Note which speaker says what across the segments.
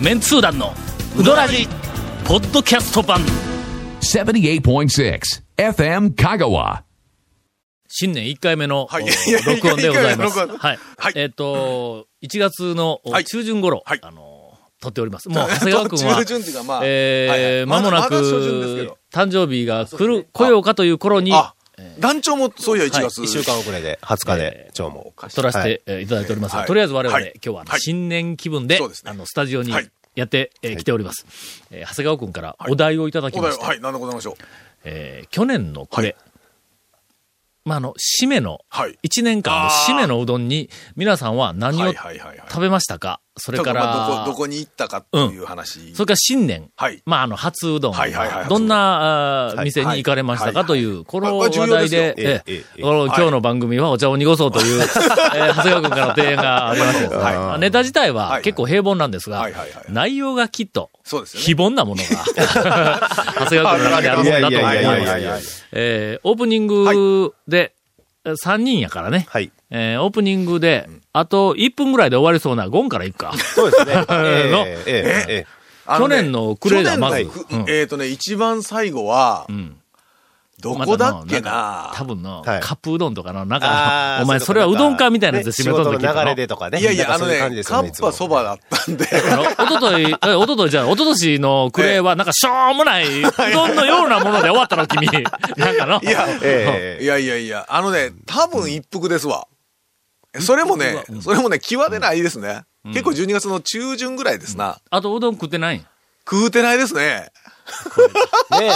Speaker 1: メンツー団のウドラジポッドキャスト版
Speaker 2: 78.6 FM Kagawa.
Speaker 1: 新年1回目の、
Speaker 3: はい
Speaker 1: お
Speaker 3: いやいや
Speaker 1: 録音でございます。
Speaker 3: 一回目の録音
Speaker 1: はい。
Speaker 3: はい
Speaker 1: えっ、と、1月のお
Speaker 3: はい
Speaker 1: 中旬頃、
Speaker 3: はい
Speaker 1: あの、撮っております。もう、長谷川君は、
Speaker 3: 中旬っていうかまあはい
Speaker 1: え
Speaker 3: は
Speaker 1: ー、
Speaker 3: い
Speaker 1: まもなく、
Speaker 3: まだまだ初旬ですけど
Speaker 1: 誕生日が来る、
Speaker 3: あ
Speaker 1: 来ようかという頃に、
Speaker 3: あ、団長もそういや1
Speaker 1: はい
Speaker 3: 月。
Speaker 4: 一週間遅れで、20日で、今日も。
Speaker 1: 撮らせ
Speaker 4: はい
Speaker 1: てえーいただいておりますが、
Speaker 3: はい
Speaker 1: とりあえず我々、
Speaker 3: はい
Speaker 1: 今日はあの
Speaker 3: はい
Speaker 1: 新年気分で、
Speaker 3: そうですね
Speaker 1: あの、スタジオに
Speaker 3: はい
Speaker 1: やって、えー来ております。えー長谷川君からお題をいただき
Speaker 3: お
Speaker 1: ま
Speaker 3: 題
Speaker 1: した。
Speaker 3: はい、なんでございましょう。
Speaker 1: えー去年の暮れ、
Speaker 3: はい
Speaker 1: まあ、あの、締めの、
Speaker 3: はい。
Speaker 1: 1年間の
Speaker 3: あー
Speaker 1: 締めのうどんに、皆さんは何
Speaker 3: は
Speaker 1: を
Speaker 3: いはいはいはい。
Speaker 1: 食べましたかそれ
Speaker 3: だ
Speaker 1: か
Speaker 3: からま
Speaker 1: ら
Speaker 3: あ、どこ、どこに行ったかっていう話。
Speaker 1: それから新年、
Speaker 3: はい。
Speaker 1: まあ、あの、初うどん、
Speaker 3: はいはいはい
Speaker 1: どんな、あー
Speaker 4: はい
Speaker 1: 店に行かれましたか
Speaker 3: はい
Speaker 1: という、この
Speaker 3: あこれ
Speaker 1: 話
Speaker 3: 重要
Speaker 1: 題
Speaker 3: ですよ
Speaker 1: で、え
Speaker 4: ええ
Speaker 1: え
Speaker 4: ええ
Speaker 1: この今日の番組はお茶を濁そうと いう、えー長谷川君からの提案がありましたけど、
Speaker 3: はい
Speaker 1: まあネタ自体
Speaker 3: は
Speaker 1: はい結構平凡なんですが、
Speaker 3: はいはいはい
Speaker 1: 内容がきっと、
Speaker 3: そうですよね。
Speaker 1: 非凡なもの が、長谷川君の中にあるものだと思います。
Speaker 3: いやいやいやいや
Speaker 1: えーオープニングで、3人やからね。
Speaker 4: はい。
Speaker 1: えーオープニングで、あと1分ぐらいで終わりそうなゴンからいくか。
Speaker 4: そ うですね。ええ
Speaker 1: の
Speaker 4: ええええ
Speaker 3: あのね
Speaker 1: 去年の暮れだ
Speaker 3: 去年の
Speaker 1: まず
Speaker 3: く
Speaker 1: うん
Speaker 3: えっとね、一番最後は
Speaker 1: う、ん。
Speaker 3: ど こだっけ
Speaker 1: またのん
Speaker 3: な
Speaker 1: か多分の、
Speaker 4: はい
Speaker 1: カップうどんとかの、なんか、
Speaker 4: あー
Speaker 1: お前それはうどんかみたいなやつで締めとった
Speaker 4: ね
Speaker 1: 時
Speaker 4: 仕事の流れ
Speaker 1: で。
Speaker 4: でとかね。
Speaker 3: いやいや、
Speaker 4: な
Speaker 3: あ
Speaker 4: んか
Speaker 3: の
Speaker 4: そういう感じ
Speaker 3: ね、
Speaker 4: です
Speaker 3: カ
Speaker 4: よね
Speaker 3: ッパそばだったんで、
Speaker 1: あのおととい、えおとといじゃない、おととしのクレーは、なんかしょうもない、うどんのようなもので終わったの、 君。なんかの。
Speaker 3: いや、
Speaker 4: ええ
Speaker 3: いやいやいや、あのね、多分一服ですわ。それもね、それもね、際でないですね。結構12月の中旬ぐらいですな。
Speaker 1: あとうどん食ってないん
Speaker 3: 食うてないですね。
Speaker 4: ね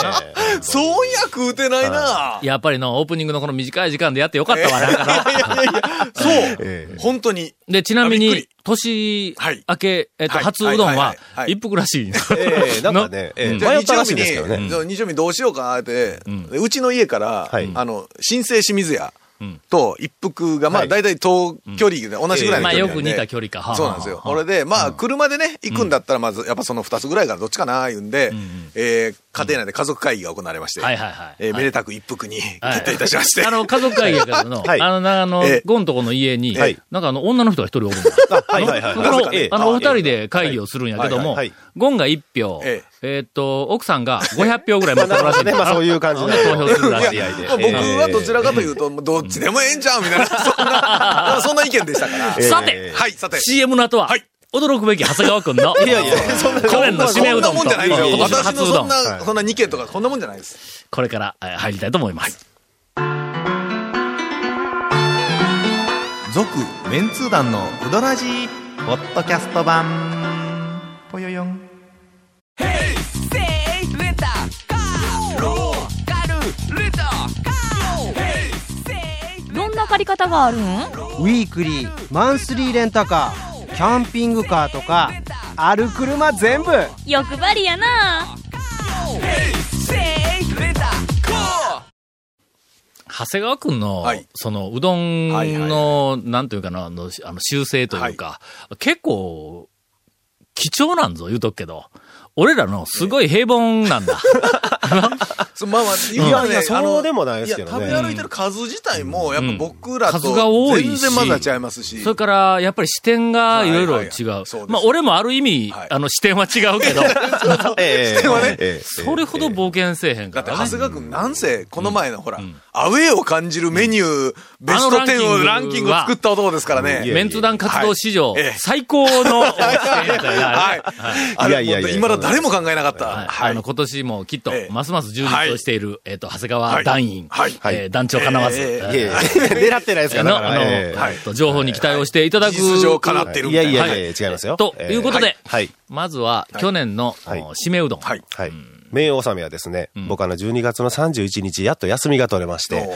Speaker 4: え
Speaker 3: そういや食うてないな。
Speaker 1: やっぱりの、オープニングのこの短い時間でやってよかったわ、なんかの。
Speaker 3: いやいやいや、そう、
Speaker 4: ええ
Speaker 3: 本当に。
Speaker 1: で、ちなみ
Speaker 3: あびっ
Speaker 1: に
Speaker 3: くり、
Speaker 1: 年
Speaker 3: はい
Speaker 1: 明け、えっと、
Speaker 3: はい
Speaker 1: 初うどんは
Speaker 3: は
Speaker 1: い
Speaker 3: はいは、い
Speaker 1: 一服らしいんです。
Speaker 4: ええなんかね、ええ
Speaker 1: うん
Speaker 3: じゃあ
Speaker 4: 迷ったらしいですけど
Speaker 3: 日曜日に
Speaker 4: ね。
Speaker 3: そう日曜日どうしようかなって、で
Speaker 1: ん
Speaker 3: うちの家から、
Speaker 4: はい
Speaker 3: あの、新生清水屋
Speaker 1: うん
Speaker 3: と一服が、まあ、
Speaker 4: はい
Speaker 3: 大体遠距離で同じぐらい
Speaker 1: まあ、
Speaker 3: の距離
Speaker 1: よ
Speaker 3: なん
Speaker 1: く
Speaker 3: で
Speaker 1: 似た距離か。はあ
Speaker 3: そうなんですよ。
Speaker 1: はあ
Speaker 3: これで、まあ、車でね、行くんだったら、まず、やっぱその2つぐらいからどっちかな、言うんで、えー家庭内で家族会議が行われまして、
Speaker 1: はいはいはい。
Speaker 3: えー
Speaker 1: はい
Speaker 3: めでたく一服に
Speaker 1: はい
Speaker 3: 決定いたしまして、
Speaker 1: あの、家族会議やけどの、
Speaker 4: はい
Speaker 1: あの、なあの
Speaker 3: ええ、
Speaker 1: ゴンとこの家に
Speaker 4: はい、
Speaker 1: なんかあの、女の人が一人おるんだ。
Speaker 4: はいはいはい
Speaker 1: この
Speaker 4: ええ
Speaker 1: あの、お二人
Speaker 4: え
Speaker 1: で会議をするんやけども
Speaker 4: はいはいはい、
Speaker 1: ゴンが一票、
Speaker 3: え
Speaker 1: えーっと、奥さんが500票ぐらい持ってるらしいんで
Speaker 4: まあそういう感じの
Speaker 1: あの投票するらし
Speaker 3: い
Speaker 1: い。
Speaker 3: や
Speaker 4: いや
Speaker 3: まあ僕はどちらかというと、もうどっちでもええんちゃうみ たいな、そんな、まあそんな意見でしたから。
Speaker 4: え
Speaker 1: さて
Speaker 4: え
Speaker 3: はい、さて。
Speaker 1: CM の後は
Speaker 3: はい、
Speaker 1: 驚くべき長谷川くんの、
Speaker 4: えいやいや、そんな
Speaker 1: 去年の締め
Speaker 3: そ
Speaker 1: うんど
Speaker 3: なん
Speaker 1: と、
Speaker 3: もんじゃないですよ。
Speaker 1: 今年の
Speaker 3: 私
Speaker 1: 初
Speaker 3: の
Speaker 1: う
Speaker 3: そ
Speaker 1: ど
Speaker 3: ん
Speaker 1: ん、
Speaker 3: な、そんな2件とか、そんなもんじゃないです。
Speaker 1: これからえー入りたいと思います。
Speaker 5: 続メンツー団のウドラジーポッドキャスト版ぽよよん
Speaker 6: どんな借り方があるん
Speaker 7: ウィークリーマンスリーレンタカーキャンピングカーとかある車全部
Speaker 6: 欲張りやな
Speaker 1: 長谷川くんの、
Speaker 3: はい
Speaker 1: その、うどんの、
Speaker 3: はいはい
Speaker 1: なんというかな、あの、しあの修正というか、結構、貴重なんぞ、言うとくけど。俺らの、すごい平凡なんだ。
Speaker 3: そまあまあ、今
Speaker 4: いやい
Speaker 3: ね
Speaker 4: や
Speaker 3: あの
Speaker 4: そうでもないですけどね
Speaker 3: いや食べ歩いてる数自体も、やっぱ僕ら
Speaker 1: うん数が多
Speaker 3: と、
Speaker 1: いし
Speaker 3: 全然まだちゃいます し。
Speaker 1: それから、やっぱり視点がいろいろ
Speaker 3: はい
Speaker 1: 違
Speaker 3: は
Speaker 1: う。
Speaker 3: いはいそうです
Speaker 1: まあ、俺もある意味、
Speaker 3: はい
Speaker 1: あの、視点は違うけ ど、
Speaker 4: ええ
Speaker 3: 点はね
Speaker 4: ええええ
Speaker 1: それほど冒険せえへんか
Speaker 3: だって、
Speaker 1: ら、
Speaker 3: 長
Speaker 1: ね。
Speaker 3: 谷川君、なんせ、この前のほら、アウェーを感じるメニュー、ベスト
Speaker 1: あのランキング
Speaker 3: 10をランキングを作った男ですから
Speaker 4: いやいや
Speaker 3: ね。
Speaker 1: メンツ団活動史上
Speaker 3: はいええ、
Speaker 1: 最高 の、視点やったよねあ
Speaker 3: は
Speaker 1: れ
Speaker 3: い。あれ、
Speaker 4: いやいやいや
Speaker 3: 今だ誰も考えなかった。
Speaker 1: はい
Speaker 3: は
Speaker 1: あの、
Speaker 3: い。
Speaker 1: 今年もきっと
Speaker 3: え、え
Speaker 1: ますます充実をしている、えっ、と、長谷川団員、
Speaker 3: はいはい
Speaker 1: えー団長かなわず、
Speaker 3: ええ
Speaker 1: えー
Speaker 4: いやいや狙ってないですから
Speaker 1: の、
Speaker 4: だか
Speaker 1: あ
Speaker 4: ら
Speaker 1: の、
Speaker 4: ええ
Speaker 3: はい
Speaker 1: えっと情報に期待をしていただく。
Speaker 3: 事実上叶ってるみ
Speaker 4: い
Speaker 3: た
Speaker 4: や
Speaker 3: いな。
Speaker 4: いやいや
Speaker 3: はい
Speaker 4: いや、違いますよ。
Speaker 1: と
Speaker 4: ええ
Speaker 1: いうことで
Speaker 4: はい。
Speaker 1: まずは、去年の、
Speaker 4: はい
Speaker 1: お締めうどん。
Speaker 3: はい。
Speaker 4: はい。名誉納めはですね、僕あの12月の31日、やっと休みが取れまして、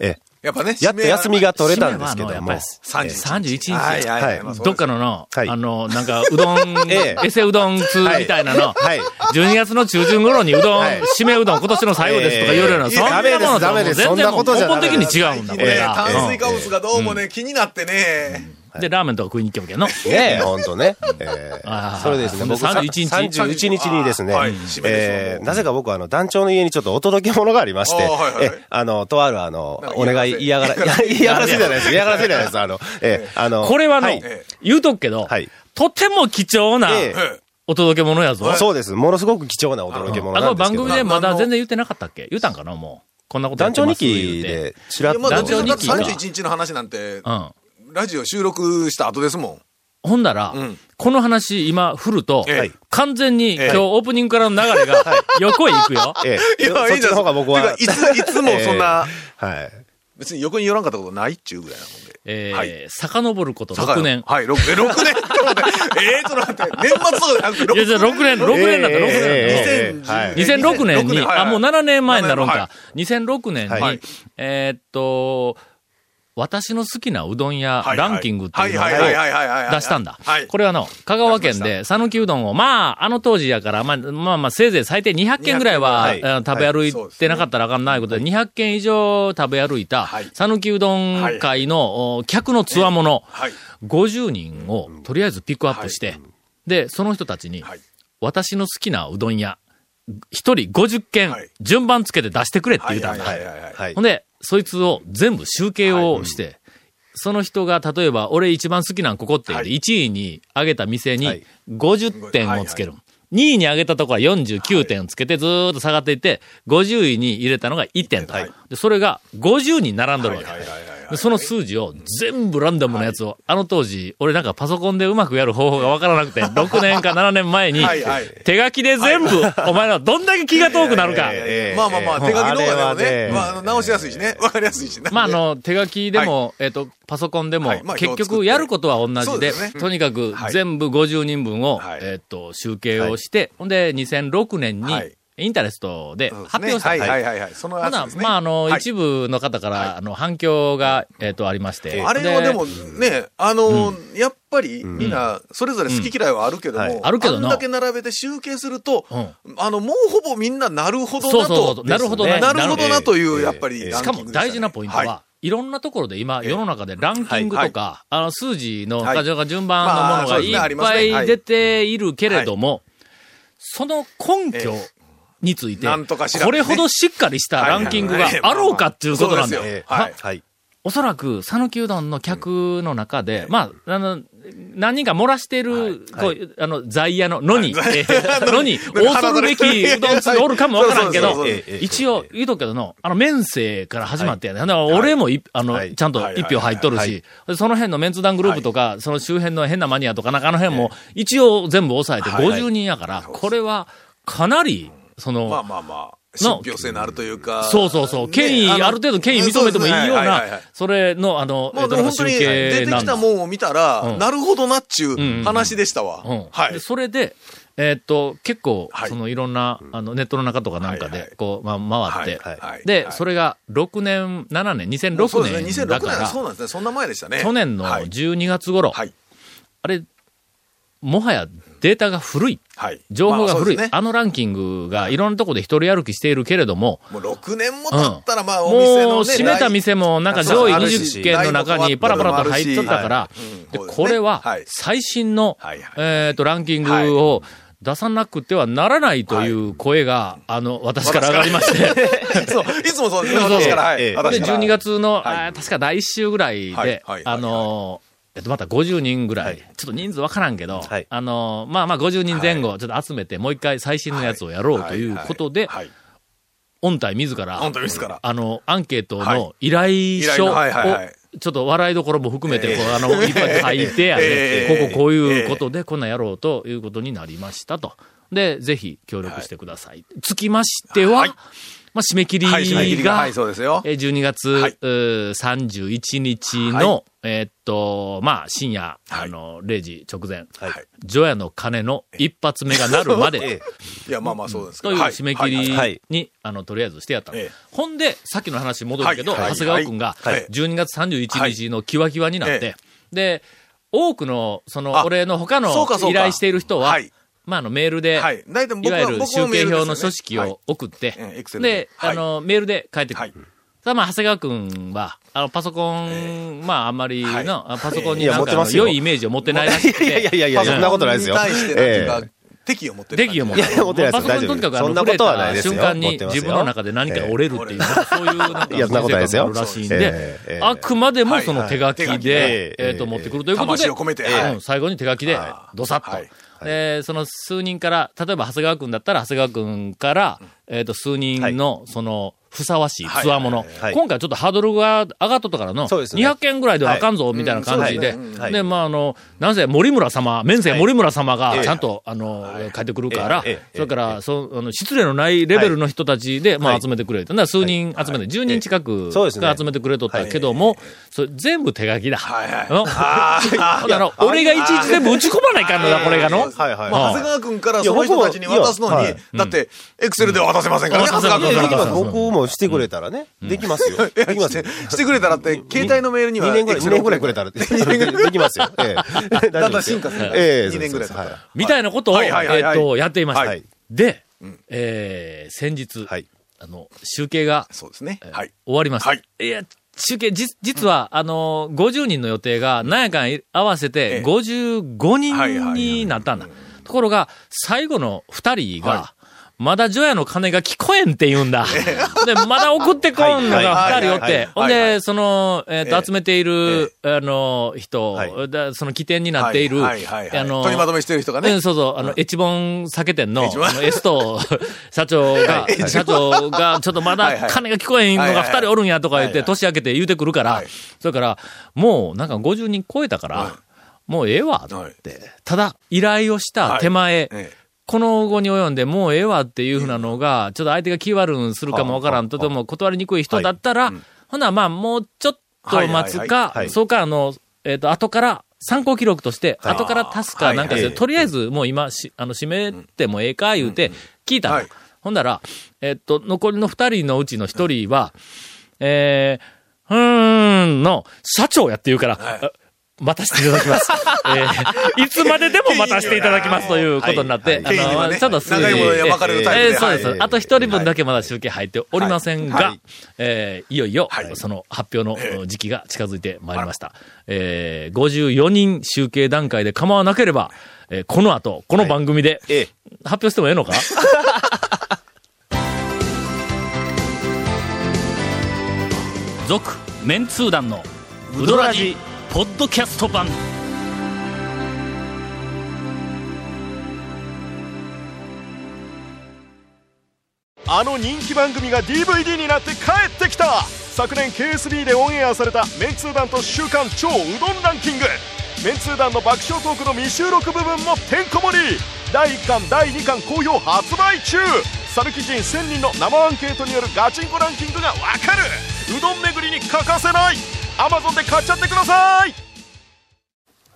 Speaker 4: え
Speaker 3: やっぱね、
Speaker 4: えやっと休みが取れたんですけ
Speaker 1: 締めはあ
Speaker 4: ど
Speaker 1: の
Speaker 4: も
Speaker 1: やっ、ぱり31日。
Speaker 3: はいはいはい
Speaker 4: はい
Speaker 3: まあそうです
Speaker 1: どっかのの、
Speaker 4: はい
Speaker 1: あの、なんか、うど ん、
Speaker 4: ええ
Speaker 1: エセうどん通みたいなの、
Speaker 4: はい。
Speaker 1: 12月の中旬頃にうどん、
Speaker 4: はい
Speaker 1: 締めうどん今年の最後ですとか言うような、
Speaker 4: ええ
Speaker 1: そんなものとは
Speaker 4: ダ
Speaker 1: も
Speaker 4: メ
Speaker 1: う全然もう
Speaker 4: ですダメですそんなことじ
Speaker 1: 根
Speaker 4: ゃダ
Speaker 1: 本
Speaker 4: メ
Speaker 1: 的
Speaker 4: です
Speaker 1: に違うんだ、これ
Speaker 4: ええ
Speaker 1: が。う
Speaker 3: 炭
Speaker 4: 炭
Speaker 3: 水
Speaker 1: ん
Speaker 3: 化物がどうもね、気になってね。
Speaker 1: で、ラーメンとか食いに行けばけんの。
Speaker 4: ねえ、ほんとね。え
Speaker 1: あー
Speaker 4: ー、それでですね、僕さ
Speaker 1: 31日
Speaker 4: 31日にですね
Speaker 3: はい締、めですよ
Speaker 4: えーなぜか僕はあの、団長の家にちょっとお届け物がありまして
Speaker 3: あーはいはい、
Speaker 4: え、あの、とあるあの
Speaker 3: なん、か
Speaker 4: お願い、
Speaker 3: 嫌
Speaker 4: 嫌がら、嫌がらせじゃないです。嫌がらせじゃないです。あの、えー、あの、
Speaker 1: これはの、
Speaker 4: い
Speaker 3: ええ
Speaker 1: 言うとくけど、
Speaker 4: はい
Speaker 1: とても貴重な、
Speaker 4: ええ
Speaker 3: ええ
Speaker 1: お届け物やぞ。
Speaker 4: そうです。ものすごく貴重な驚き物
Speaker 1: あ、こ
Speaker 4: な
Speaker 1: れ
Speaker 4: んです
Speaker 1: 番
Speaker 4: けど。
Speaker 1: 組でまだ全然言ってなかったっけ言ったんかなもう。こんなことや
Speaker 4: 団
Speaker 1: って
Speaker 4: 長
Speaker 1: ま
Speaker 4: 日
Speaker 1: す言うて
Speaker 4: 記で、ちらっ
Speaker 3: いや、まあ、
Speaker 4: と。
Speaker 3: だ
Speaker 1: 団
Speaker 3: って
Speaker 1: 長日
Speaker 3: だって
Speaker 1: 記が
Speaker 3: 31日の話なんて、
Speaker 1: うん。
Speaker 3: ラジオ収録した後ですも
Speaker 1: ほんなら、
Speaker 3: うん
Speaker 1: この話今振ると、
Speaker 3: ええ
Speaker 1: 完全に
Speaker 3: ええ
Speaker 1: 今日オープニングからの流れが横へ行くよ。
Speaker 4: え
Speaker 3: ん。
Speaker 4: え。そっちの方が僕は。
Speaker 3: てかいつ、いつ もそんな、
Speaker 4: はい。
Speaker 3: 別に横に寄らんかったことないっちゅうぐらいなもんで。
Speaker 1: えー
Speaker 3: はい
Speaker 1: 遡ること
Speaker 3: 酒
Speaker 1: 6
Speaker 3: 井
Speaker 1: 年。
Speaker 3: はい、6, え六年 ちょっと待って。えー、ちょっと待って。年末とかじゃなくて、
Speaker 1: いや、じゃあ6年、6年だった、6年。
Speaker 4: ええええええ
Speaker 3: 2010
Speaker 4: はい
Speaker 1: 2006年に、
Speaker 3: 2006はい
Speaker 1: あ、もう7年前になるんか。
Speaker 3: は
Speaker 1: 2006年に、
Speaker 4: はい
Speaker 1: えーっと、私の好きなうどん屋
Speaker 3: はい
Speaker 1: ランキングっていうのを
Speaker 3: はいはいはいはいはいはいはい
Speaker 1: 出したんだ
Speaker 3: はい。
Speaker 1: これはあの、香川県で讃岐うどんを、まあ、あの当時やから、まあまあまあ、せいぜい最低200軒ぐらいは
Speaker 4: はい
Speaker 1: えー食べ歩いてなかったらあかんないことで、200軒以上食べ歩いた
Speaker 3: はい、
Speaker 1: 讃岐うどん会のお客のつわもの、
Speaker 3: はい。
Speaker 1: 50人をとりあえずピックアップして、で、その人たちに、
Speaker 3: はい。
Speaker 1: 私の好きなうどん屋、一人50件
Speaker 3: はい、
Speaker 1: 順番つけて出してくれって言うたんだ。
Speaker 3: はいはいはい。
Speaker 4: はい
Speaker 1: ほん。で、そいつを全部集計をして、その人が例えば、俺一番好きなんここって言って、
Speaker 3: はい
Speaker 1: 1位に挙げた店
Speaker 4: は
Speaker 1: に
Speaker 4: い
Speaker 1: 50点をつける。2位に上げたとこは49点をつけてずーっと下がっていって、50位に入れたのが1点と。
Speaker 4: はい
Speaker 1: でそれが50に並んどるわけ。
Speaker 3: はいはいはいはい
Speaker 1: でその数字を全部ランダムなやつを、あの当時、俺なんかパソコンでうまくやる方法がわからな くて、6年か7年前に
Speaker 3: はいはい、
Speaker 1: 手書きで全部、お前らどんだけ気が遠くなるか。
Speaker 4: ええ
Speaker 3: まあまあまあ、手書きの方が
Speaker 4: あれ
Speaker 3: ね
Speaker 4: は、ね
Speaker 3: まああの、直しやすいしね、わかりやすいしね。
Speaker 1: まあ、あの、手書きでも、えっ、と、パソコンでも、
Speaker 3: はいまあ
Speaker 1: 結局やることは同
Speaker 3: そ
Speaker 1: じ
Speaker 3: う
Speaker 1: で、
Speaker 3: ですねうん
Speaker 1: とにかく
Speaker 3: はい
Speaker 1: 全部50人分を、
Speaker 3: はい
Speaker 1: えっ、と、集計をして、ほんで、2006年に
Speaker 3: はい、
Speaker 1: インタレストで
Speaker 3: そうです
Speaker 1: 発
Speaker 3: ね
Speaker 1: 表したん
Speaker 3: は
Speaker 1: で
Speaker 3: い
Speaker 1: す。
Speaker 3: はいはいはい。その
Speaker 1: ほ
Speaker 3: やつ
Speaker 1: な
Speaker 3: ですね。
Speaker 1: まあ、あの、
Speaker 3: はい
Speaker 1: 一部の方から、あの、反響が、えっ、と、ありまして。
Speaker 3: あれはでもね、あの、やっぱりみんな、それぞれ好き嫌いはあるけども、
Speaker 4: うんはい
Speaker 1: あるけどな
Speaker 3: あんだけ並べて集計すると、
Speaker 1: う
Speaker 3: あの、もうほぼみんななるほど
Speaker 1: そう
Speaker 3: な
Speaker 1: そうそう
Speaker 3: と。
Speaker 1: そうなるほど
Speaker 3: な
Speaker 1: な。
Speaker 3: るほどなという、
Speaker 4: ええ
Speaker 3: やっぱり、
Speaker 1: しかも大事なポイントは、、
Speaker 3: はい
Speaker 1: ろんなところで今、
Speaker 3: ええ
Speaker 1: 世の中でランキングとか、あの、数字の
Speaker 3: はい
Speaker 1: 過剰が順番のもの
Speaker 3: まあそ
Speaker 1: が
Speaker 3: うですねあ
Speaker 1: い
Speaker 3: り
Speaker 1: っ
Speaker 3: ます
Speaker 1: ぱ
Speaker 3: ねはい
Speaker 1: い出ているけれども、その根拠
Speaker 3: え
Speaker 1: について、
Speaker 3: なんとかしらね
Speaker 1: これほどしっかりしたランキングがあろうかっていうことなんだよ
Speaker 3: そう。ですよは
Speaker 4: はいい。はい。
Speaker 1: おそらく、讃岐うどんの客の中で、まあ、あの、何人か漏らしてる、こうあの、在野の、のに、えーのに、恐るべきうどんつがおるかもわからんけ
Speaker 3: はい
Speaker 1: ど
Speaker 3: そうそうそう
Speaker 4: そう、
Speaker 1: 一応言うとくけどの、あの、面生から始まってやね。ほんなら俺もい、あの
Speaker 4: は、い
Speaker 1: ちゃんと
Speaker 3: はい
Speaker 1: 一票入っとる
Speaker 4: は
Speaker 1: し、その辺のメンツ団グループとか、その周辺の変なマニアとか、なんかあの辺も、一応全部抑えて
Speaker 4: はいはい
Speaker 1: 50人やから、これは、かなり、その、
Speaker 3: まあまあまあ、信憑性のあるというか。
Speaker 1: そうそうそう。権威、
Speaker 3: ね
Speaker 1: ある程度権威認めてもいいよう
Speaker 3: そうですねはいはい
Speaker 1: な
Speaker 3: は、
Speaker 1: いそれの、あの、
Speaker 3: まあでも本当に出てきた
Speaker 1: ん。
Speaker 3: もんを見たら、
Speaker 1: うん
Speaker 3: なるほどなっち
Speaker 1: ん
Speaker 3: ゅ
Speaker 1: う
Speaker 3: うん話でしたわ。
Speaker 1: うん。
Speaker 3: は
Speaker 1: で
Speaker 3: い。
Speaker 1: それで、えーっと、結構、
Speaker 3: はい
Speaker 1: そのいろんな、あの、ネットの中とかなんか
Speaker 3: はいは
Speaker 1: で
Speaker 3: い、
Speaker 1: こう、まあ、回って、
Speaker 4: はい
Speaker 3: はい
Speaker 1: で、
Speaker 3: はい
Speaker 1: それが6年、7年、
Speaker 3: そ
Speaker 1: 2006
Speaker 3: うです
Speaker 1: 年
Speaker 3: ね。2006
Speaker 1: だ
Speaker 3: 年
Speaker 1: から、
Speaker 3: そうなんですね。そんな前でしたね。
Speaker 1: 去年の
Speaker 3: はい。
Speaker 1: 12月頃、
Speaker 3: はい。
Speaker 1: あれ、もはやデータが古い。
Speaker 3: はい
Speaker 1: 情報
Speaker 3: ま
Speaker 1: が
Speaker 3: そう
Speaker 1: 古い。
Speaker 3: で
Speaker 1: あ
Speaker 3: すね
Speaker 1: のランキングがいろんなとこで一人歩きしているけれども、
Speaker 3: もう6年も経
Speaker 1: うん
Speaker 3: ったら、まあ、お店
Speaker 1: もう
Speaker 3: のね。
Speaker 1: 閉めた店もなんか上位20軒の中にパラパラと入っとったから、でこれは
Speaker 3: はい
Speaker 1: 最新の
Speaker 3: はいはい、
Speaker 1: えっと、ランキングを出さなくてはならないという声が、あの、私から上がりまして、
Speaker 3: そう、いつもそうですね、
Speaker 1: そうそう
Speaker 3: 私から、は
Speaker 4: え
Speaker 3: い。
Speaker 4: え
Speaker 3: 私
Speaker 1: で、
Speaker 3: から
Speaker 1: 12月の、
Speaker 3: はい
Speaker 1: あー確か第1週ぐらい
Speaker 3: はいはい
Speaker 1: で
Speaker 3: はい、
Speaker 1: あのー、えっと、また50人ぐら
Speaker 4: はいい、
Speaker 1: ちょっと人数わからんけど
Speaker 4: はい、
Speaker 1: あのー、まあまあ50人前後、ちょっと集めて、もう一回最新のやつをやろうということで、
Speaker 3: はい。
Speaker 1: 音体自ら、
Speaker 3: 本当ですから。
Speaker 1: あの、アンケート
Speaker 3: はい
Speaker 1: の依頼書
Speaker 3: 依頼
Speaker 1: を
Speaker 3: のはいはいはい、
Speaker 1: ちょっと笑いどころも含めて、
Speaker 3: ええ
Speaker 1: こう、あ の、いっぱい書いてや
Speaker 3: え
Speaker 1: で、こ
Speaker 3: え
Speaker 1: ここういうことで、こんなんやろうということになりましたと。で、ぜひ協力してください。つきましては、
Speaker 3: はい
Speaker 1: まあ、締め切りが、
Speaker 3: はい、締め切りが。はい、そうですよ。
Speaker 1: えー12月、
Speaker 3: はいう
Speaker 1: ー31日の、
Speaker 3: は
Speaker 1: えーっと、まあ、深夜、
Speaker 3: はい
Speaker 1: あの、0時直前、
Speaker 4: はい。
Speaker 1: 除夜の鐘の一発目が鳴るま で、
Speaker 4: ええ。
Speaker 3: いや、まあまあそうです
Speaker 1: と
Speaker 3: けど。
Speaker 1: いう
Speaker 3: はい
Speaker 1: 締め切り
Speaker 3: はい
Speaker 1: に、
Speaker 4: はいはい
Speaker 1: あの、とりあえずしてやったの、
Speaker 3: ええ
Speaker 1: ほんで、さっきの話に戻るけど、
Speaker 3: はいはい
Speaker 1: 長谷川君が、
Speaker 3: はい
Speaker 1: 12月31日のキワキワになって、
Speaker 3: はいえ
Speaker 1: で、多くの、その、
Speaker 3: あ
Speaker 1: 俺の他の
Speaker 3: そうかそうか
Speaker 1: 依頼している人は、
Speaker 3: はい
Speaker 1: まあ、あの、メールで、、
Speaker 3: はいい。大体僕
Speaker 1: わゆ
Speaker 3: は、
Speaker 1: る
Speaker 3: 僕も
Speaker 1: 集
Speaker 3: メ
Speaker 1: 計
Speaker 3: ールですよね
Speaker 1: 表の書式
Speaker 3: はい
Speaker 1: を送って、
Speaker 3: ええ Excel
Speaker 1: で
Speaker 3: で
Speaker 1: あの、メールで返ってくる。
Speaker 3: はい。
Speaker 1: ただまあ、長谷川君は、あの、パソコン、まあ、あんまりの、
Speaker 3: はい
Speaker 1: あパソコン
Speaker 4: い
Speaker 1: に
Speaker 4: や
Speaker 1: なん
Speaker 4: 持っ
Speaker 1: か
Speaker 4: て
Speaker 1: あ
Speaker 4: ま
Speaker 1: の
Speaker 4: すよ
Speaker 1: 良いイメージを持ってないらしくて、
Speaker 4: いやいやいやいや、そんなことないですよ。
Speaker 3: 対して、
Speaker 4: え
Speaker 3: なん
Speaker 4: え
Speaker 3: ていうか、敵を持ってる。
Speaker 1: 敵を持って
Speaker 4: いや持ってないです
Speaker 1: パソコンにとにかくあの
Speaker 4: 大丈
Speaker 1: 触れ
Speaker 4: 夫そんなことはない
Speaker 1: た
Speaker 4: ですよ
Speaker 1: 瞬間に
Speaker 4: 持ってます
Speaker 1: 自
Speaker 4: よ
Speaker 1: 分の中で何かが折れるっていう、
Speaker 3: え
Speaker 1: そういうなんか
Speaker 4: いやそんなことないです
Speaker 1: 人生観があ
Speaker 4: よ
Speaker 1: るらしいん
Speaker 4: え
Speaker 1: で
Speaker 4: ええ、え
Speaker 1: あくまでもその手書き
Speaker 3: はいはい手書き
Speaker 1: で
Speaker 4: で、
Speaker 1: えっと、
Speaker 4: ええ
Speaker 1: 持ってくるということで、
Speaker 3: 魂を込めて
Speaker 1: うん最後に手書きで
Speaker 3: は、い
Speaker 1: どさっと
Speaker 3: はい。
Speaker 1: えーその数人から、例えば長谷川君だったら、長谷川君から、えっ、と、数人の、その、ふさわしいつわもの、
Speaker 4: はい
Speaker 1: 今回ちょっとハードルが上がっとったからの、
Speaker 4: そうですね
Speaker 1: 200件ぐらいではあかんぞ、みたいな感じで、
Speaker 4: うんそうです
Speaker 1: で
Speaker 4: ねはい
Speaker 1: まあ、あの、なんせ森村様、面世森村様
Speaker 4: は
Speaker 1: が
Speaker 4: い
Speaker 1: ちゃんと、あの、書いてくるから、
Speaker 4: ええええ
Speaker 1: それから、そあの失礼のないレベルの人たちで、ま
Speaker 4: は
Speaker 1: あ、
Speaker 4: い
Speaker 1: 集めてくれて、な数人集めて、10人近く
Speaker 4: そうですね
Speaker 1: が集めてくれとったけども、それ全部手書きだ。
Speaker 3: はいはい
Speaker 1: のほん であの、俺がいちいち全部打ち込まないかんのだ、これがの。
Speaker 4: はいはい
Speaker 3: まあ、長谷川君からその人たちに渡すのに、
Speaker 4: いや僕
Speaker 3: だって、エクセルでは渡せませんからね、
Speaker 1: うん
Speaker 3: 長谷
Speaker 4: い
Speaker 3: 川
Speaker 4: やでき
Speaker 3: 君か
Speaker 4: ます。
Speaker 1: うん
Speaker 4: 僕もしてくれたらね。できますよ。で
Speaker 3: ら。い
Speaker 4: き
Speaker 3: や
Speaker 4: ま
Speaker 3: し
Speaker 4: す
Speaker 3: て
Speaker 4: よ。
Speaker 3: してくれたらって、携帯のメールには
Speaker 4: 2年ぐらい、
Speaker 3: エクセル
Speaker 4: 2年
Speaker 3: 送
Speaker 4: ぐらいく
Speaker 3: れ
Speaker 4: れ
Speaker 3: た
Speaker 4: たらって。できますよ。ええ。 大丈夫ですよ
Speaker 3: だんだん進化する
Speaker 4: ええ。
Speaker 3: 二年ぐらいだったら
Speaker 4: そうそうそう
Speaker 1: みたいなことを、
Speaker 3: は
Speaker 1: え
Speaker 3: いはいはい
Speaker 1: ー
Speaker 3: はい
Speaker 1: っと、やっていました。
Speaker 4: はい
Speaker 1: で、えー先日、
Speaker 4: はい
Speaker 1: あの、集計が
Speaker 3: そうですね。はい。
Speaker 1: 終わりました。
Speaker 3: はいい、
Speaker 1: や、集計、じ、実は、あの、50人の予定が、なんやかんい合わせ
Speaker 3: え
Speaker 1: て
Speaker 3: え
Speaker 1: 55
Speaker 3: はいはい
Speaker 1: 人
Speaker 3: はい
Speaker 1: になったんだ。ところが、最後の2人が、まだ除夜の鐘が聞こえんって言うん だ。で、まだ送ってこんのが2人おっ
Speaker 4: はいはいはいはい
Speaker 1: て。ほん
Speaker 3: はい
Speaker 1: で、その、えっ
Speaker 3: え
Speaker 1: と、
Speaker 3: え
Speaker 1: 集めている、あの、人
Speaker 4: はい、
Speaker 1: だその起点になっている、
Speaker 3: はいはいはいはい
Speaker 1: あの、
Speaker 3: 取りまとめしてる人がね
Speaker 1: うんそうそう、あの、エチボン酒店の、
Speaker 3: エチボン
Speaker 1: あのエス ト社長が、社長が、ちょっとま
Speaker 3: はい
Speaker 1: だ
Speaker 3: はい
Speaker 1: 金が聞こえんのが2人おるんやとか言って、年明けて言うてくるから
Speaker 3: はい、
Speaker 1: それから、もうなんか50人超えたから、もうええわ
Speaker 3: はい
Speaker 1: って、ただ、依頼をした手前、
Speaker 3: ええ
Speaker 1: この後に及んで、もうええわっていうふうなのが、ちょっと相手が気悪んするかもわからん、とても断りにくい人だったら、ほな、まあ、もうちょっと待つ
Speaker 3: は
Speaker 1: か
Speaker 4: は、い
Speaker 1: そうか、あの、えっと、後から、参考記録として、
Speaker 4: はい
Speaker 1: 後から足すか、なんかす
Speaker 4: は
Speaker 1: る。
Speaker 4: い
Speaker 1: とりあえず、もう今、しあの、閉めてもええか、言うて、聞いたの
Speaker 3: はい
Speaker 1: ほんだら、えっと、残りの二人のうちの一人は、えー、うーんの、社長やって言うから、あ待たせていただきます。えーいつまででも待たせていただきますということになって、
Speaker 3: はい
Speaker 1: あの、
Speaker 3: はい
Speaker 1: ちょっと数字
Speaker 3: 長いものに分かれるタイプで
Speaker 1: えーそう
Speaker 4: は
Speaker 1: で
Speaker 4: い
Speaker 1: す。あと一人分だけまだ集計入っておりませんが、
Speaker 3: はいはい
Speaker 1: いえーいよいよ、
Speaker 3: はい
Speaker 1: その発表の時期が近づいてまいりました。えー、54人集計段階で構わなければ、えーこの後、この番組で、
Speaker 4: ええ。
Speaker 1: 発表してもええ のか続メンツー団のウドラジポッドキャスト版
Speaker 8: あの人気番組が DVD になって帰ってきた昨年 KSB でオンエアされた「メンツー団と週刊超うどんランキング」メンツー団の爆笑トークの未収録部分もてんこ盛り第1巻第2巻好評発売中サルキ人1000人の生アンケートによるガチンコランキングがわかるうどん巡りに欠かせない Amazon で買っちゃってください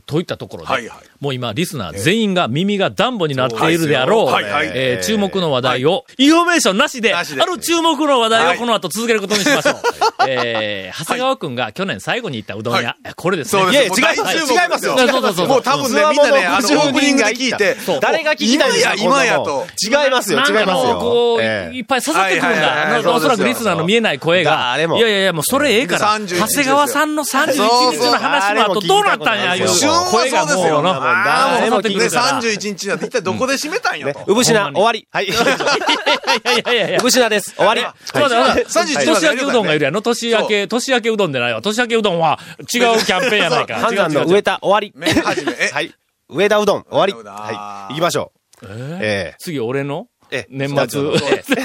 Speaker 1: といったところで、
Speaker 3: はいはい
Speaker 1: もう今、リスナー全員が耳が暖房になっているであろう、
Speaker 3: そうですよはいはい
Speaker 1: えー注目の話題を、インフォメーションなしで、
Speaker 3: な
Speaker 1: あ
Speaker 3: しで
Speaker 1: の注目の話題
Speaker 3: は
Speaker 1: を
Speaker 3: い
Speaker 1: この後続けることにしましょう。 えー長谷川くんが去年最後に行ったうどん屋、
Speaker 3: は
Speaker 1: これですね。
Speaker 3: そう
Speaker 1: い
Speaker 3: で
Speaker 1: や
Speaker 3: す。もう大注目です
Speaker 4: 違いますよ
Speaker 1: そうそうそうそう
Speaker 3: もう多分ね、みんなね、あの、オープニングで聞いて、
Speaker 4: 誰が聞きたいんですか
Speaker 3: 今や
Speaker 4: こんなもん
Speaker 3: 今や
Speaker 4: 違いますよ、
Speaker 1: なんか
Speaker 4: 違います
Speaker 1: の
Speaker 4: よ。
Speaker 1: こう、
Speaker 4: ええ
Speaker 1: いっぱい刺さってくるん
Speaker 3: はいはいはい
Speaker 1: だ。
Speaker 3: は
Speaker 1: あ
Speaker 3: い
Speaker 1: のおそら
Speaker 3: そ
Speaker 1: く
Speaker 3: うです
Speaker 1: リス
Speaker 3: よ
Speaker 1: ナーの見えない声が。い
Speaker 4: 誰
Speaker 1: や
Speaker 4: も
Speaker 1: いやいや、もうそれええから。
Speaker 3: 31
Speaker 1: 長谷川さんの31日の話の後どうなったんや、いう
Speaker 4: そうそう
Speaker 3: 旬は
Speaker 1: 声が
Speaker 3: そうですよ。
Speaker 1: もうな
Speaker 3: あー
Speaker 1: もう
Speaker 3: ね、31日になって一体どこで締めたんや
Speaker 4: ね
Speaker 3: と。
Speaker 4: うぶし
Speaker 1: ほ、
Speaker 4: なん
Speaker 1: まに
Speaker 4: 終わり。 はい。
Speaker 1: いやいやいやいや
Speaker 4: う。ぶしなです、終わり。
Speaker 1: そうだそうだ
Speaker 3: 31
Speaker 1: 年明けうどんがいるやろ年明け、年明けうどんでないわ。年明けうどんは違うキャンペーンやないか。
Speaker 4: 半
Speaker 1: 違う
Speaker 4: 山
Speaker 1: 違
Speaker 4: の
Speaker 1: う違
Speaker 4: 上
Speaker 1: う。
Speaker 4: 田、終わり。
Speaker 3: 目始め。え、
Speaker 4: はい。上田うどん、終わり。
Speaker 3: 上田うどん
Speaker 4: はい。行きましょう。え
Speaker 1: 次、俺の
Speaker 4: えええ
Speaker 1: 年末
Speaker 4: そうですよ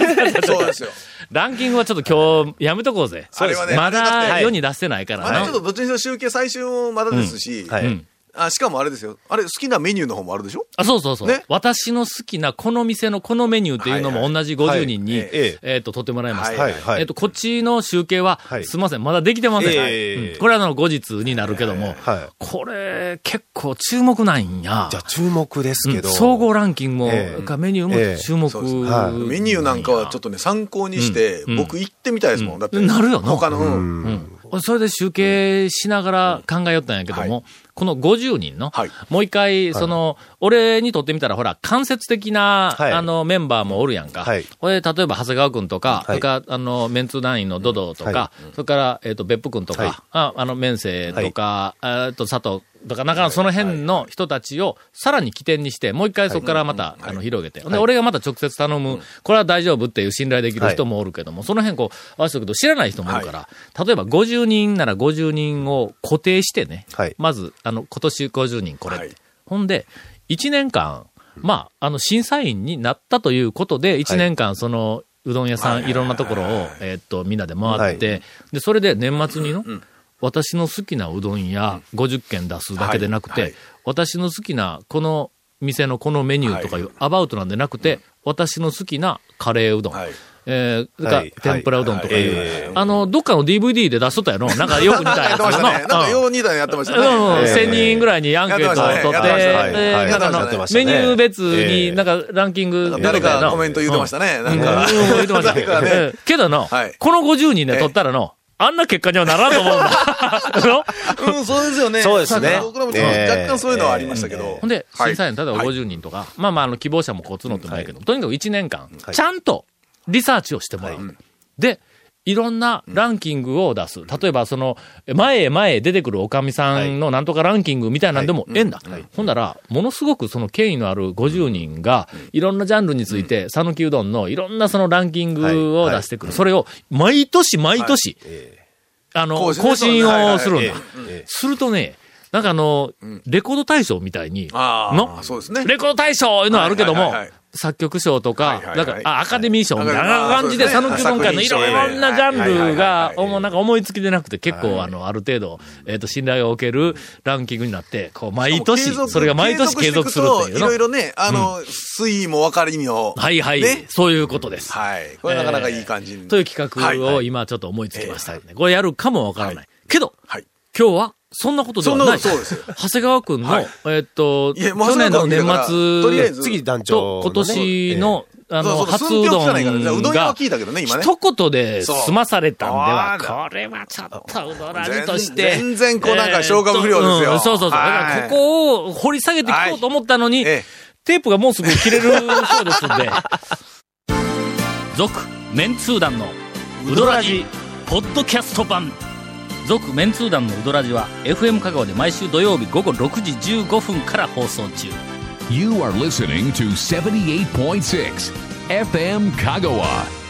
Speaker 3: そうですよ。
Speaker 1: ランキングはちょっと今日やめとこうぜ。
Speaker 3: そうですね
Speaker 1: まだ
Speaker 4: はい
Speaker 1: 世に出してないから
Speaker 3: まだちょっ
Speaker 1: な。
Speaker 3: とどっちにしろ集計最終もまだですし、
Speaker 4: は
Speaker 1: う
Speaker 4: い
Speaker 1: ん。
Speaker 3: あしかもあれですよ。あれ、好きなメニューの方もあるでしょ
Speaker 1: あそうそうそう、
Speaker 3: ね
Speaker 1: 私の好きなこの店のこのメニューっていうの
Speaker 3: はい
Speaker 1: も
Speaker 3: は
Speaker 1: 同じ50人に、
Speaker 3: はい
Speaker 1: えっ、と、取ってもらいました。
Speaker 3: はい
Speaker 4: はい
Speaker 1: えっ、と、こっちの集計は、
Speaker 4: はい
Speaker 1: すみません、まだできてません。
Speaker 4: ええ
Speaker 1: うんこれはあの、後日になるけども、
Speaker 4: はい
Speaker 1: これ、結構注目なんや。
Speaker 4: じゃあ注目ですけど。
Speaker 1: うん総合ランキングも、
Speaker 4: ええ
Speaker 1: かメニュー
Speaker 4: え
Speaker 1: も
Speaker 4: え
Speaker 1: 注目、
Speaker 3: そうです
Speaker 4: ねはい
Speaker 3: メニューなんかはちょっ
Speaker 1: っ
Speaker 3: とね、参考にして
Speaker 1: うん、
Speaker 3: 僕行ってみたいですもん。だって。
Speaker 1: なるよな
Speaker 3: 他の、う
Speaker 4: うん ん。
Speaker 1: と。それで集計しながら考えよったんやけども、
Speaker 3: は
Speaker 1: この50人の、
Speaker 3: はい
Speaker 1: もう一回、その、俺にとってみたら、ほら、間接的な、
Speaker 4: はい
Speaker 1: あの、メンバーもおるやんか。
Speaker 4: はい
Speaker 1: これ、例えば、長谷川くんとか、そ
Speaker 4: はい
Speaker 1: れから、あの、メンツ団員のドドとか
Speaker 4: は、
Speaker 1: それから、えっ、と、別府くんとか、
Speaker 4: はい
Speaker 1: ああの、面生とか、えっと、佐藤とか、なんか、その辺の人たちを、さらに起点にして、もう一回そこからまた、あの、広げて。で、俺がまた直接頼む、これは大丈夫っていう信頼できる人もおるけども、その辺こう、合わせておくと知らない人もいるから、例えば50人なら50人を固定してね、
Speaker 4: はい
Speaker 1: まず、あの、今年50人これって。
Speaker 3: はい
Speaker 1: ほんで、 1年間、まあ、あの、審査員になったということで、1年間、その、うどん屋さん、いろんなところを、えーっと、みんなで回って、で、それで年末にの、私の好きなうどん屋50軒出すだけでなくて、
Speaker 3: はいはい
Speaker 1: 私の好きなこの店のこのメニューとかいうアバウトなんでなくて、私の好きなカレーうどん。
Speaker 3: はい
Speaker 1: えーか
Speaker 4: はい
Speaker 1: 天ぷらうどんとかいう、
Speaker 4: はいええ
Speaker 1: あの、どっかの DVD で出しとった やろなんかよく似た
Speaker 3: や
Speaker 1: やつ
Speaker 3: ってましたね。なんか、
Speaker 1: うん
Speaker 3: よう似たのやってましたね。
Speaker 1: うん、
Speaker 4: ええ
Speaker 1: 1000人ぐらいにアンケートを取って、
Speaker 3: やってましたね
Speaker 1: で
Speaker 4: はい
Speaker 1: なんかあの
Speaker 3: やって
Speaker 4: ました
Speaker 1: メ
Speaker 4: ね
Speaker 1: ニュー別
Speaker 4: ええ
Speaker 1: になんかランキング
Speaker 3: なんか誰
Speaker 1: や
Speaker 3: か
Speaker 1: な
Speaker 3: コメント言ってましたね。な
Speaker 1: うんんう
Speaker 3: か、
Speaker 1: ん言うてましたけど
Speaker 3: 誰かね
Speaker 1: ええけどの
Speaker 3: はい、
Speaker 1: この50人で取ったらの、あんな結果にはならんと思 うんだ。あ の
Speaker 3: うん、そうですよね。
Speaker 4: そうですね
Speaker 3: 僕らもちょっ
Speaker 4: え
Speaker 3: と
Speaker 4: え
Speaker 3: 若干そういうのはありましたけど。
Speaker 1: ほんで、
Speaker 3: はい
Speaker 1: 審査員、例えば50人とか、まあまあ、あの、希望者もこう募ってもないけど、とにかく1年間、ちゃんとリサーチをしてもらう。で、いろんなランキングを出す。例えば、その、前へ前へ出てくるおかみさんのなんとかランキングみたいなんでもええんだ。ほんなら、ものすごくその権威のある50人が、いろんなジャンルについて、讃岐うどんのいろんなそのランキングを出してくる。それを、毎年毎年、あの、更
Speaker 3: 更新ね
Speaker 1: 新をするん
Speaker 4: え
Speaker 1: だ。するとね、なんかあの、レコード大賞みたいに、
Speaker 3: ああ
Speaker 1: の
Speaker 3: そうですね
Speaker 1: レコード大賞いうのはあるけど
Speaker 3: はい
Speaker 1: も
Speaker 3: はいはいはい、
Speaker 1: 作曲賞とか
Speaker 3: はいは、い
Speaker 1: な
Speaker 3: は
Speaker 1: ん
Speaker 3: い
Speaker 1: か、あ、アカデミー賞みたいな
Speaker 3: ああ
Speaker 1: 感じで、
Speaker 3: そう
Speaker 1: 佐
Speaker 3: ですね
Speaker 1: 野九段会のいろんなジャ
Speaker 3: はいはい
Speaker 1: ンル
Speaker 3: はい
Speaker 1: が
Speaker 3: は、い
Speaker 1: もうなんか思いつきでなくて、結構あの、ある程度、えっと、信頼を受けるランキングになって、こう、毎
Speaker 3: 継
Speaker 1: 年、
Speaker 3: 続
Speaker 1: それが毎年継続するっていう
Speaker 3: いろい
Speaker 1: の。
Speaker 3: ろね、あの、推移も分かる意味を。
Speaker 1: はいはい
Speaker 3: ね。。
Speaker 1: そういうことです。
Speaker 3: はい。これなかなかいい感じに。
Speaker 1: という企画
Speaker 3: はい
Speaker 1: を
Speaker 3: はい
Speaker 1: 今ちょっと思いつきましたので、これやるかもわからない。けど、
Speaker 3: はい。
Speaker 1: 今日は、そんなことでは
Speaker 3: そん
Speaker 1: な。
Speaker 3: ないことそうですよ
Speaker 1: 長谷川くんの、
Speaker 3: はい
Speaker 1: えっと、
Speaker 3: いやもう
Speaker 1: 去年の年
Speaker 3: 長谷川君だからとりあえ
Speaker 1: 末
Speaker 3: ず
Speaker 4: 次団長
Speaker 1: と今年の、あの、
Speaker 3: そうそう
Speaker 1: 初う
Speaker 3: 寸評
Speaker 1: ど
Speaker 3: 聞かないからじゃあうんどん屋
Speaker 1: が
Speaker 3: は、聞いたけどね、今ね。
Speaker 1: 一言で済まされたんでは、
Speaker 3: そう
Speaker 1: これはちょっとうどらじ
Speaker 3: 全
Speaker 1: として。
Speaker 3: 全然こうなん
Speaker 1: え
Speaker 3: か
Speaker 1: ー
Speaker 3: 消化不良です
Speaker 1: う
Speaker 3: よ。
Speaker 1: んそうそうそう。だ
Speaker 3: はい
Speaker 1: からここを掘り下げていこうと思ったのに、
Speaker 3: ええ
Speaker 1: テープがもうすぐ切れるそうですんで。 続、メンツー団のウドラジ、ポッドキャスト版。続、メンツー団のウドラジは、FM 香川で毎週土曜日午後6時15分から放送中。
Speaker 2: You are listening to 78.6 FM Kagawa.